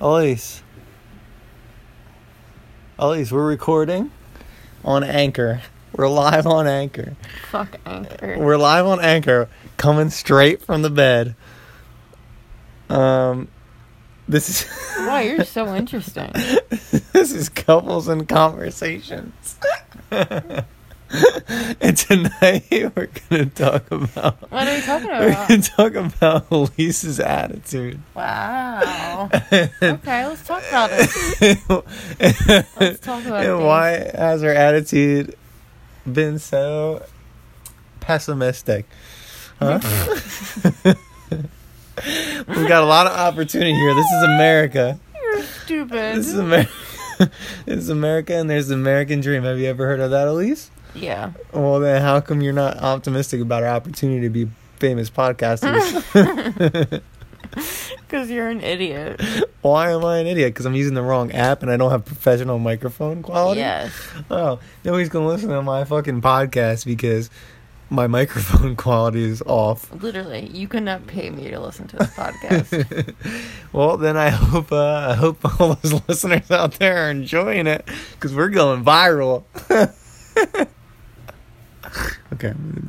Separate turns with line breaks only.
Elise. Elise, we're recording on Anchor. We're live on Anchor.
Fuck anchor.
We're live on Anchor, coming straight from the bed. Um, this is
Wow, you're so interesting.
this is couples and conversations. and tonight we're gonna talk about
What are you talking
we're
about?
gonna talk about Elise's attitude.
Wow. Okay, let's talk about it. Let's talk about
and
it.
why has her attitude been so pessimistic? Huh? We've got a lot of opportunity here. This is America.
You're stupid.
This is America. this is America, and there's the American dream. Have you ever heard of that, Elise?
yeah.
Well, then how come you're not optimistic about our opportunity to be famous podcasters?
Because you're an idiot.
Why am I an idiot? Because I'm using the wrong app and I don't have professional microphone quality.
Yes.
Oh, nobody's gonna listen to my fucking podcast because my microphone quality is off.
Literally, you could not pay me to listen to this podcast.
Well, then I hope uh, I hope all those listeners out there are enjoying it because we're going viral. okay. I'm gonna be-